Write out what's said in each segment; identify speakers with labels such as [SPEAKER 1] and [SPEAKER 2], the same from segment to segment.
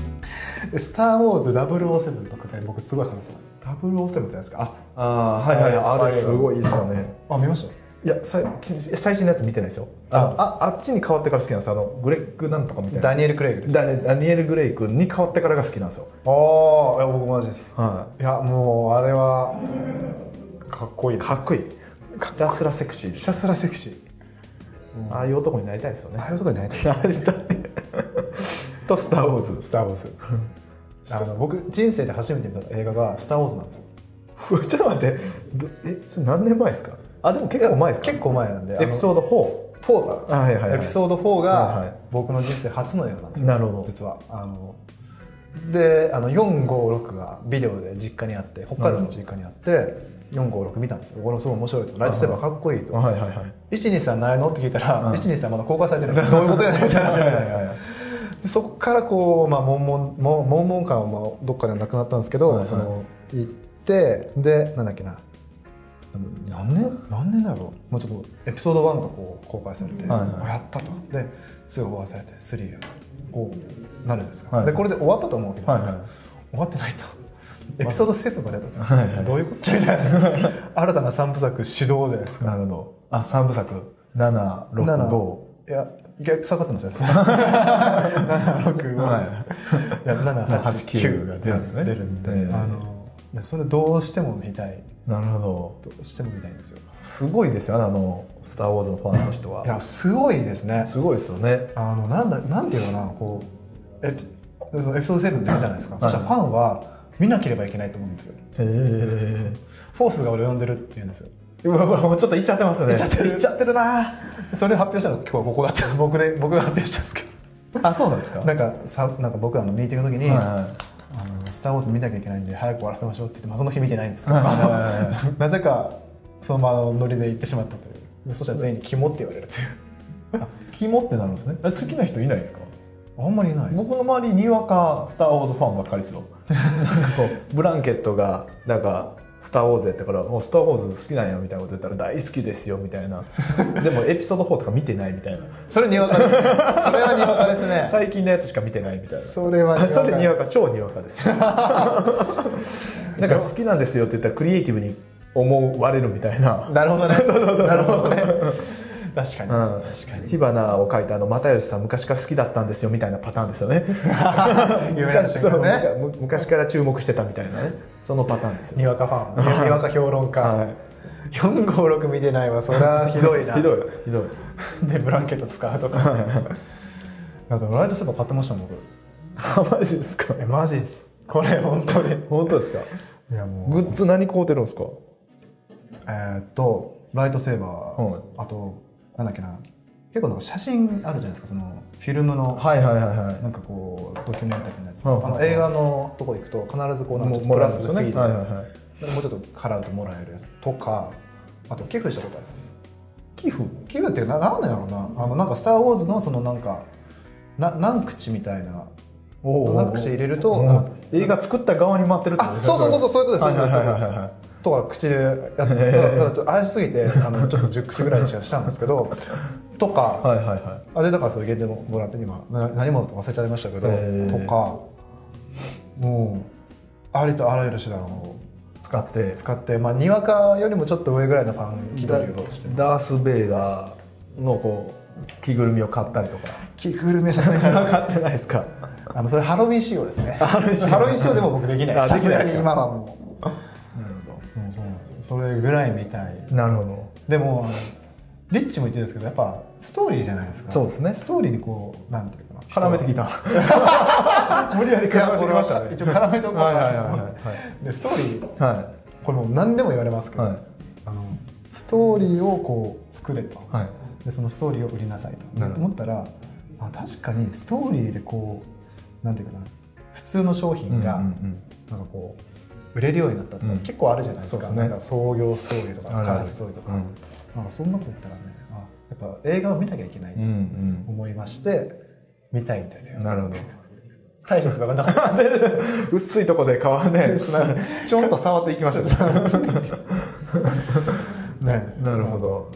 [SPEAKER 1] ター・ウォーズ007」とかで僕すごい話すの
[SPEAKER 2] ダブルオーセムってやつか
[SPEAKER 1] あ
[SPEAKER 2] あ
[SPEAKER 1] あ
[SPEAKER 2] はいはいあれす
[SPEAKER 1] い
[SPEAKER 2] ごいいいっすよね
[SPEAKER 1] あ見ました
[SPEAKER 2] いやさい最新のやつ見てないですよあああっちに変わってから好きなんですあのグレッグなんとかみたいな
[SPEAKER 1] ダニエル・クレイグです
[SPEAKER 2] ダニダニエル・グレイ君に変わってからが好きなんですよ
[SPEAKER 1] ああいや僕マジです
[SPEAKER 2] はい
[SPEAKER 1] やもうあれはかっこいい
[SPEAKER 2] い
[SPEAKER 1] な
[SPEAKER 2] かっこいいひたすらセクシーで
[SPEAKER 1] ひ
[SPEAKER 2] した
[SPEAKER 1] すらセクシー
[SPEAKER 2] ょああいう男になりたいですよね
[SPEAKER 1] ああいうとこにないです
[SPEAKER 2] なりたい と「スター・ウォーズ
[SPEAKER 1] スター・ウォーズあの僕人生で初めて見た映画が「スター・ウォーズ」なんですよ」
[SPEAKER 2] うわ ちょっと待ってどえそれ何年前ですかあでも結構前ですか
[SPEAKER 1] 結構前なんで
[SPEAKER 2] エピソード4
[SPEAKER 1] ード4だ、
[SPEAKER 2] はいはいはい
[SPEAKER 1] エピソード4
[SPEAKER 2] はいは
[SPEAKER 1] が
[SPEAKER 2] い
[SPEAKER 1] 僕の人生初の映画なんですよ
[SPEAKER 2] なるほど
[SPEAKER 1] 実はあのであの456がビデオで実家にあって北海道の実家にあって456見たんですよこれもすごい面白いとライトセーバーかっこいいと
[SPEAKER 2] はいはいはい
[SPEAKER 1] 123ないのって聞いたら
[SPEAKER 2] うん
[SPEAKER 1] 123まだ公開されてるんですよどういうことやねんみたいな話じゃないですかでそこからこう、まあ、悶々も悶々感はまあどっかではなくなったんですけど、
[SPEAKER 2] はいはい
[SPEAKER 1] その行ってでなんだっけなでも何年何年だろうもうちょっとエピソード1がこう公開されて、
[SPEAKER 2] はいはい
[SPEAKER 1] あやったとで2が終わらされて3がこうなるんですか、
[SPEAKER 2] はい
[SPEAKER 1] でこれで終わったと思うわけじゃないですか、
[SPEAKER 2] はいはい
[SPEAKER 1] 終わってないと。エピソード7までだったと、
[SPEAKER 2] はいはい
[SPEAKER 1] どういうことみたいな新たな3部作始動じゃないですか
[SPEAKER 2] なるほどあ三部作765
[SPEAKER 1] いや逆下がってますよね765、
[SPEAKER 2] はい
[SPEAKER 1] や789
[SPEAKER 2] 789
[SPEAKER 1] が
[SPEAKER 2] が
[SPEAKER 1] 出るんで
[SPEAKER 2] 出るんですす
[SPEAKER 1] ね
[SPEAKER 2] ね
[SPEAKER 1] 出るんで、
[SPEAKER 2] ええ
[SPEAKER 1] あのいやそれどうしても見たい
[SPEAKER 2] なるほど
[SPEAKER 1] どうしても見たいんですよ
[SPEAKER 2] すごいですよねあの「スター・ウォーズ」のファンの人はい
[SPEAKER 1] やすごいですね
[SPEAKER 2] すごいですよね
[SPEAKER 1] あのなんだなんていうのかなこうエピそのエピソード7で見たじゃないですか、
[SPEAKER 2] い
[SPEAKER 1] そしたらファンは見なければいけないと思うんですよ
[SPEAKER 2] へえ
[SPEAKER 1] フォースが俺を呼んでるって言うんですよ
[SPEAKER 2] うわうわもうちょっといっちゃってますよね
[SPEAKER 1] いっちゃってる
[SPEAKER 2] いっちゃってるな
[SPEAKER 1] それ発表したの今日はここだった僕で僕が発表したんですけ
[SPEAKER 2] あそうなんですか
[SPEAKER 1] どなんかさなんか僕あのミーティングの時に、
[SPEAKER 2] はいはい
[SPEAKER 1] あの「スター・ウォーズ」見なきゃいけないんで早く終わらせましょうって言って、まあ、その日見てないんですけど
[SPEAKER 2] はいはいはいは
[SPEAKER 1] なぜかそのままノリで行ってしまったというでそしたら全員に「肝」って言われるという
[SPEAKER 2] あ肝ってなるんですねあ好きな人いないですか
[SPEAKER 1] あんまりいない
[SPEAKER 2] 僕の周りにわか「スター・ウォーズ」ファンばっかりですよなんかこうブランケットがなんか「スター・ウォーズ」やったから「おスター・ウォーズ好きなんや」みたいなこと言ったら「大好きですよ」みたいなでもエピソード4とか見てないみたいな
[SPEAKER 1] それにわかですねそれはにわかですね
[SPEAKER 2] 最近のやつしか見てないみたいな
[SPEAKER 1] それは
[SPEAKER 2] あそれに
[SPEAKER 1] わ
[SPEAKER 2] わか超にわかです なんか好きなんですよって言ったらクリエイティブに思われるみたいな
[SPEAKER 1] か なるほどね
[SPEAKER 2] うそうそう
[SPEAKER 1] なるほどね確かに、
[SPEAKER 2] うん
[SPEAKER 1] 確かに
[SPEAKER 2] 火花を書いたあの又吉さん昔から好きだったんですよみたいなパターンですよね
[SPEAKER 1] 有名な瞬間ね
[SPEAKER 2] そうむか昔から注目してたみたいなねそのパターンですよ
[SPEAKER 1] にわかファンにわか評論家、
[SPEAKER 2] は
[SPEAKER 1] 456見てないわそれは ひどい
[SPEAKER 2] い
[SPEAKER 1] な
[SPEAKER 2] ひどいひどい
[SPEAKER 1] でブランケット使う とかあとライトセーバー買ってましたもん僕
[SPEAKER 2] あマジですか
[SPEAKER 1] えマジっすこれ本当に
[SPEAKER 2] 本当ですか
[SPEAKER 1] いやもう
[SPEAKER 2] グッズ何買うてるんですか
[SPEAKER 1] えーっとライトセーバー、
[SPEAKER 2] はい
[SPEAKER 1] あとなんだっけな結構なんか写真あるじゃないですかそのフィルムの、
[SPEAKER 2] はいはいはいはい
[SPEAKER 1] なんかこうドキュメンタリーのやつ、
[SPEAKER 2] はい
[SPEAKER 1] あの映画のとこ行くと必ずこうなんかちょっと
[SPEAKER 2] も
[SPEAKER 1] プ
[SPEAKER 2] らう
[SPEAKER 1] ラ
[SPEAKER 2] んで
[SPEAKER 1] スで
[SPEAKER 2] すよ
[SPEAKER 1] フ
[SPEAKER 2] ね
[SPEAKER 1] リーで
[SPEAKER 2] はいはいはい
[SPEAKER 1] もうちょっと払うともらえるやつとかあと寄付したことあります
[SPEAKER 2] 寄付
[SPEAKER 1] 寄付ってななんなんやろうなあのなんか「スター・ウォーズ」のそのなんかな何口みたいな
[SPEAKER 2] お
[SPEAKER 1] 何口入れると
[SPEAKER 2] お
[SPEAKER 1] なんか
[SPEAKER 2] 映画作った側に回ってるってこと
[SPEAKER 1] あ
[SPEAKER 2] です
[SPEAKER 1] そうそうそうそうそういうことですそういうことですそうい
[SPEAKER 2] はい
[SPEAKER 1] うことです
[SPEAKER 2] はいはいはい
[SPEAKER 1] とか口でやったただただちょっと怪しすぎ てあのちょっと10口ぐらいにしかしたんですけどとか、
[SPEAKER 2] はいはいは
[SPEAKER 1] あれだからそれ限定のもらって今な何もだか忘れちゃいましたけど、
[SPEAKER 2] へー
[SPEAKER 1] とかもうありとあらゆる手段を
[SPEAKER 2] い使って
[SPEAKER 1] 使って、まあ、にわかよりもちょっと上ぐらいのファン気取りをしてます
[SPEAKER 2] ダース・ベイダーのこう着ぐるみを買ったりとか
[SPEAKER 1] 着ぐるみはさすがに
[SPEAKER 2] 買ってないですか
[SPEAKER 1] あのそれハロウィン仕様ですねハ
[SPEAKER 2] ハロウィン仕様
[SPEAKER 1] ロウィン仕様でも僕できない
[SPEAKER 2] あ
[SPEAKER 1] さ
[SPEAKER 2] でき
[SPEAKER 1] す
[SPEAKER 2] ない
[SPEAKER 1] が
[SPEAKER 2] です
[SPEAKER 1] に
[SPEAKER 2] か
[SPEAKER 1] 今はも
[SPEAKER 2] なる
[SPEAKER 1] うもうそうなんですよそれぐらいみたい
[SPEAKER 2] ほどなるほど
[SPEAKER 1] でもあのリッチも言ってるんですけどやっぱストーリーじゃないですか
[SPEAKER 2] そうですね
[SPEAKER 1] ストーリーにこうなんていうのかな
[SPEAKER 2] 絡めてきた無理やり
[SPEAKER 1] いや
[SPEAKER 2] 絡めてきました
[SPEAKER 1] これは
[SPEAKER 2] ね
[SPEAKER 1] 一応絡めておこうか
[SPEAKER 2] はいはいはいはい
[SPEAKER 1] でストーリー
[SPEAKER 2] は
[SPEAKER 1] これもう何でも言われますけど、
[SPEAKER 2] はい
[SPEAKER 1] あのストーリーをこう作れと、
[SPEAKER 2] いはい
[SPEAKER 1] でそのストーリーを売りなさいと
[SPEAKER 2] なるほど
[SPEAKER 1] 思ったらあ確かにストーリーでこうなんていうかな普通の商品が
[SPEAKER 2] うん
[SPEAKER 1] なんかこう売れるようになったとか、
[SPEAKER 2] うん
[SPEAKER 1] 結構あるじゃないですか
[SPEAKER 2] そうです
[SPEAKER 1] な
[SPEAKER 2] ね
[SPEAKER 1] んか創業ストーリーとか
[SPEAKER 2] あるある
[SPEAKER 1] 開発ストーリーとか、
[SPEAKER 2] うん
[SPEAKER 1] なんかそんなこと言ったらねあやっぱ映画を見なきゃいけない
[SPEAKER 2] うん
[SPEAKER 1] と
[SPEAKER 2] うん
[SPEAKER 1] 思いまして、見たいんです
[SPEAKER 2] う
[SPEAKER 1] よ
[SPEAKER 2] ん。なるほど
[SPEAKER 1] 大したつながんなかった
[SPEAKER 2] 薄いとこで顔ねつな ちょんと触っていきました ね
[SPEAKER 1] ね
[SPEAKER 2] なるほど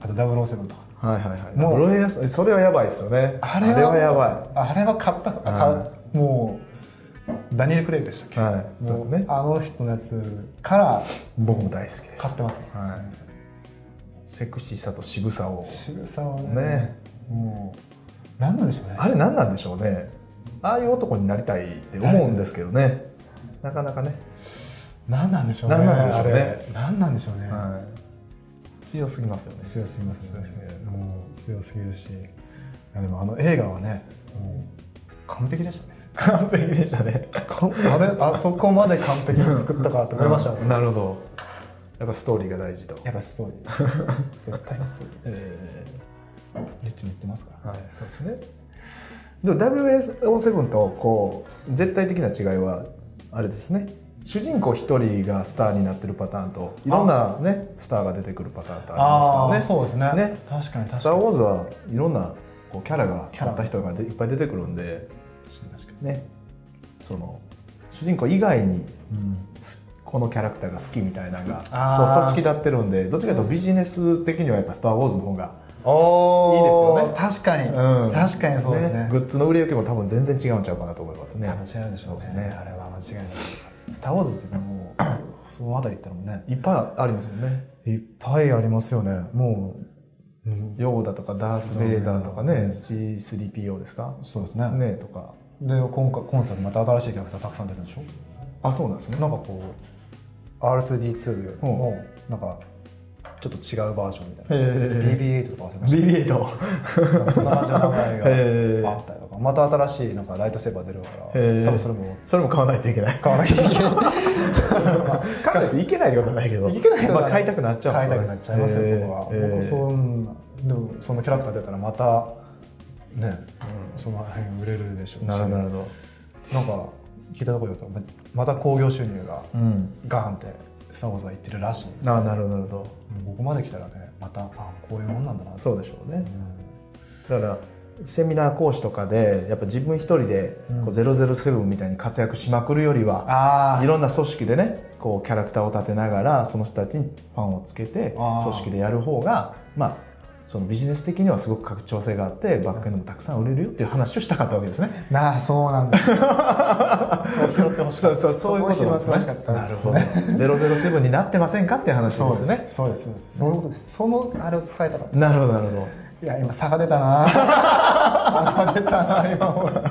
[SPEAKER 1] あと007とか
[SPEAKER 2] はいはいはい
[SPEAKER 1] もう
[SPEAKER 2] ロイヤルそれはやばいですよね
[SPEAKER 1] あれは
[SPEAKER 2] やば
[SPEAKER 1] あれは買ったのか、
[SPEAKER 2] うん
[SPEAKER 1] 買うもうダニエル・クレイグでしたっけ、
[SPEAKER 2] はいそう
[SPEAKER 1] も
[SPEAKER 2] ですね
[SPEAKER 1] あの人のやつから
[SPEAKER 2] 僕も大好きです
[SPEAKER 1] 買ってますね
[SPEAKER 2] はい、セクシーさと渋さを
[SPEAKER 1] 渋沢はね
[SPEAKER 2] ね
[SPEAKER 1] もう何なんでしょうね
[SPEAKER 2] あれ何なんでしょうねああいう男になりたいって思うんですけどねなかなかね、
[SPEAKER 1] 何なんでしょうね
[SPEAKER 2] 何なんでしょうね
[SPEAKER 1] あれ何なんでしょうね、
[SPEAKER 2] はい、強すぎますよね
[SPEAKER 1] 強すぎますよね
[SPEAKER 2] 強すぎる
[SPEAKER 1] もう強すぎるしいやでもあの映画はねもう完璧でしたね
[SPEAKER 2] 完璧でしたね
[SPEAKER 1] かんあれあそこまで完璧に作ったかと思いましたもん、
[SPEAKER 2] うんなるほどやっぱストーリーが大事と、
[SPEAKER 1] やっぱストーリー絶対にストーリーです、
[SPEAKER 2] え
[SPEAKER 1] リッチも言ってますから、
[SPEAKER 2] ーはいそうですねでも WSO7 とこう絶対的な違いはあれですね主人公一人がスターになってるパターンといろんなねスターが出てくるパターンとありますか
[SPEAKER 1] そ
[SPEAKER 2] らね
[SPEAKER 1] うですね
[SPEAKER 2] ね
[SPEAKER 1] 確かに
[SPEAKER 2] 「ス
[SPEAKER 1] 確
[SPEAKER 2] タ
[SPEAKER 1] か
[SPEAKER 2] ー・
[SPEAKER 1] に
[SPEAKER 2] ウォーズ」はいろんなこうキャラが
[SPEAKER 1] キャラ
[SPEAKER 2] 変わった人がでいっぱい出てくるんで
[SPEAKER 1] 確かに確かに、
[SPEAKER 2] ねその主人公以外に
[SPEAKER 1] うん、
[SPEAKER 2] すこのキャラクターが好きみたいなのが
[SPEAKER 1] あー
[SPEAKER 2] こう組織立ってるんでどっちかというとビジネス的にはやっぱ「スター・ウォーズ」の方が、
[SPEAKER 1] お
[SPEAKER 2] い
[SPEAKER 1] ー
[SPEAKER 2] いですよね
[SPEAKER 1] 確かに、確かにそうですね
[SPEAKER 2] グッズの売り上げも多分全然違うんちゃうかなと思いますね
[SPEAKER 1] 多分違うでしょうね
[SPEAKER 2] そうですね
[SPEAKER 1] あれは間違いない「スター・ウォーズ」って言もうその辺り行ったらもうね
[SPEAKER 2] いっぱいありますもんね
[SPEAKER 1] いっぱいありますよねもう、うん、
[SPEAKER 2] ヨーダとかダース・ベイダーとかね C3PO ですか
[SPEAKER 1] そうですね
[SPEAKER 2] ねとか
[SPEAKER 1] で今回今作また新しいキャラクターたくさん出るんでしょ
[SPEAKER 2] あそうなんですね
[SPEAKER 1] なんかこう R2D2 よりもなんかちょっと違うバージョンみたいな、
[SPEAKER 2] え
[SPEAKER 1] BB8 とか忘れました
[SPEAKER 2] BB8
[SPEAKER 1] なんかそんな感じの名 前が
[SPEAKER 2] へー
[SPEAKER 1] あったりとかまた新しいなんかライトセーバー出るから多
[SPEAKER 2] へー
[SPEAKER 1] 分それも
[SPEAKER 2] それも買わないといけない
[SPEAKER 1] 買わなきゃいけない
[SPEAKER 2] 買わないといけないってことはないけど
[SPEAKER 1] いけない
[SPEAKER 2] まあ、買いたくなっちゃうん
[SPEAKER 1] 買いたくなっちゃいますよ、僕は、
[SPEAKER 2] えー
[SPEAKER 1] 僕
[SPEAKER 2] え
[SPEAKER 1] そんなでもそのキャラクター出たらまたねその辺売れるでしょうし
[SPEAKER 2] ーなるほどなるほど
[SPEAKER 1] なんか聞いたところによるとままた興行収入が
[SPEAKER 2] うん
[SPEAKER 1] ガーンってスター・ウォーズは言ってるらしい
[SPEAKER 2] あーなるほどなるほど
[SPEAKER 1] ここまで来たらねまたあこういうもんなんだなう、
[SPEAKER 2] そうでしょうね
[SPEAKER 1] ん、
[SPEAKER 2] だからセミナー講師とかでやっぱ自分一人で
[SPEAKER 1] うん
[SPEAKER 2] こう007みたいに活躍しまくるよりは、
[SPEAKER 1] あ
[SPEAKER 2] いろんな組織でねこうキャラクターを立てながらその人たちにファンをつけて
[SPEAKER 1] あー
[SPEAKER 2] 組織でやる方がまあそのビジネス的にはすごく拡張性があってバックエンドもたくさん売れるよっていう話をしたかったわけですね。
[SPEAKER 1] なあそうなんだそう拾ってほしかっ
[SPEAKER 2] そう
[SPEAKER 1] た
[SPEAKER 2] そうそういうこと
[SPEAKER 1] こ
[SPEAKER 2] な
[SPEAKER 1] を
[SPEAKER 2] ん
[SPEAKER 1] 拾ってほしかった
[SPEAKER 2] なるほ
[SPEAKER 1] ど
[SPEAKER 2] ど。ゼロゼロセブンになってませんかっていう話
[SPEAKER 1] そうで
[SPEAKER 2] で
[SPEAKER 1] すす
[SPEAKER 2] ね
[SPEAKER 1] ね。そうですそうですそういうことですそのあれを伝えたかった
[SPEAKER 2] なるほどなるほど。
[SPEAKER 1] いや今差が出た な差が出たな今俺い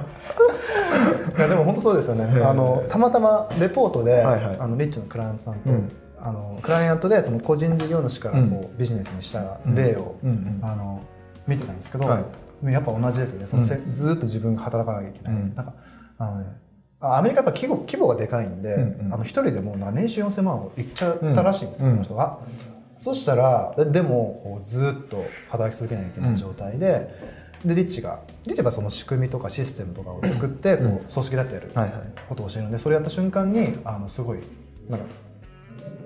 [SPEAKER 1] やでも本当そうですよねあのたまたまレポートで、
[SPEAKER 2] はいはい
[SPEAKER 1] あのリッチのクライアントさんと、
[SPEAKER 2] うん
[SPEAKER 1] あのクライアントでその個人事業主からこうビジネスにした例を、
[SPEAKER 2] うんうん
[SPEAKER 1] あの見てたんですけど、
[SPEAKER 2] は
[SPEAKER 1] やっぱ同じですよねそのせ、ずーっと自分が働かなきゃいけない、
[SPEAKER 2] うん
[SPEAKER 1] なんかあのねあアメリカやっぱ規模規模がでかいんで、
[SPEAKER 2] うんうん
[SPEAKER 1] あの一人でもうなんか年収4000万をいっちゃったらしいんですよ、
[SPEAKER 2] うん
[SPEAKER 1] その人が。そしたらででもこうずっと働き続けなきゃいけない状態で,、でリッチがリッチはその仕組みとかシステムとかを作ってこう
[SPEAKER 2] うん
[SPEAKER 1] 組織だってやる
[SPEAKER 2] はいはい
[SPEAKER 1] ことを教えるのでそれやった瞬間にあのすごいなんか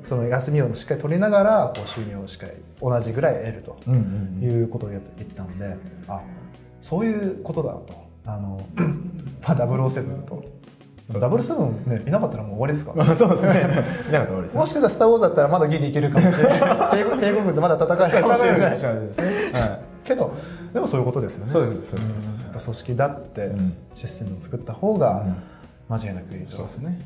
[SPEAKER 1] その休みをしっかり取りながらこう収入をしっかり同じぐらい得ると
[SPEAKER 2] うんうん
[SPEAKER 1] いうことをやって言ってたのであそういうことだとあの まあ007と007ねいなかったらもう終わりですから
[SPEAKER 2] うん。そうです ね。なかったらですね
[SPEAKER 1] も。しかしたら「スター・ウォーズ」だったらまだギリいけるかもしれ ない帝国帝国軍でまだ戦 えるかもしれない
[SPEAKER 2] は
[SPEAKER 1] けどでもそういうことですよ
[SPEAKER 2] い。
[SPEAKER 1] ね
[SPEAKER 2] そうです。そう
[SPEAKER 1] うん
[SPEAKER 2] です。
[SPEAKER 1] やっぱ組織だって
[SPEAKER 2] うん
[SPEAKER 1] システムを作った方
[SPEAKER 2] う
[SPEAKER 1] が
[SPEAKER 2] ん
[SPEAKER 1] 間違いなくいい
[SPEAKER 2] そう
[SPEAKER 1] と
[SPEAKER 2] ですね。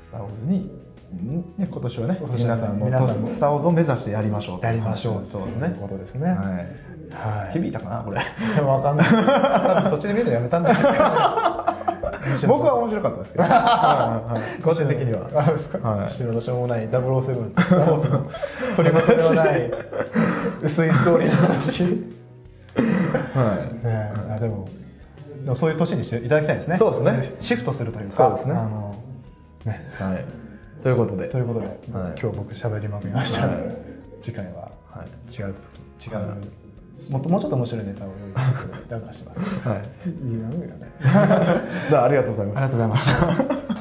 [SPEAKER 2] スターウォーズに。んね、今年はね
[SPEAKER 1] 今、年はね
[SPEAKER 2] 皆さんも、
[SPEAKER 1] 皆さんも
[SPEAKER 2] スターウォーズを目指してやりましょうと。
[SPEAKER 1] やりましょう
[SPEAKER 2] そうです
[SPEAKER 1] という
[SPEAKER 2] ね。
[SPEAKER 1] ことですね
[SPEAKER 2] はい。
[SPEAKER 1] はい
[SPEAKER 2] 響いたかな、これ。
[SPEAKER 1] いやわかんない多分途中で見るのやめたんじゃないですか
[SPEAKER 2] 僕は面白かった ですけど。はいはいはい個人的には。
[SPEAKER 1] あそうですか、
[SPEAKER 2] はい
[SPEAKER 1] 後ろのしょうもない007とスター・ウォーズの取りまとめのない 薄いストーリーの話ね
[SPEAKER 2] はい。
[SPEAKER 1] あでもでもそういう年にしていただきたいですね
[SPEAKER 2] そうですね
[SPEAKER 1] シフトするというか
[SPEAKER 2] そうですね
[SPEAKER 1] あのね
[SPEAKER 2] はい。ということで。
[SPEAKER 1] ということで、
[SPEAKER 2] はい
[SPEAKER 1] 今日僕喋りまくりました、
[SPEAKER 2] はい
[SPEAKER 1] 次回は
[SPEAKER 2] はい。
[SPEAKER 1] 違う時違う、もっともうちょっと面白いネタを用意してなんかします
[SPEAKER 2] はい。
[SPEAKER 1] いいなんだよね
[SPEAKER 2] じゃあ、ありがとうございま
[SPEAKER 1] あり
[SPEAKER 2] し
[SPEAKER 1] がとうございました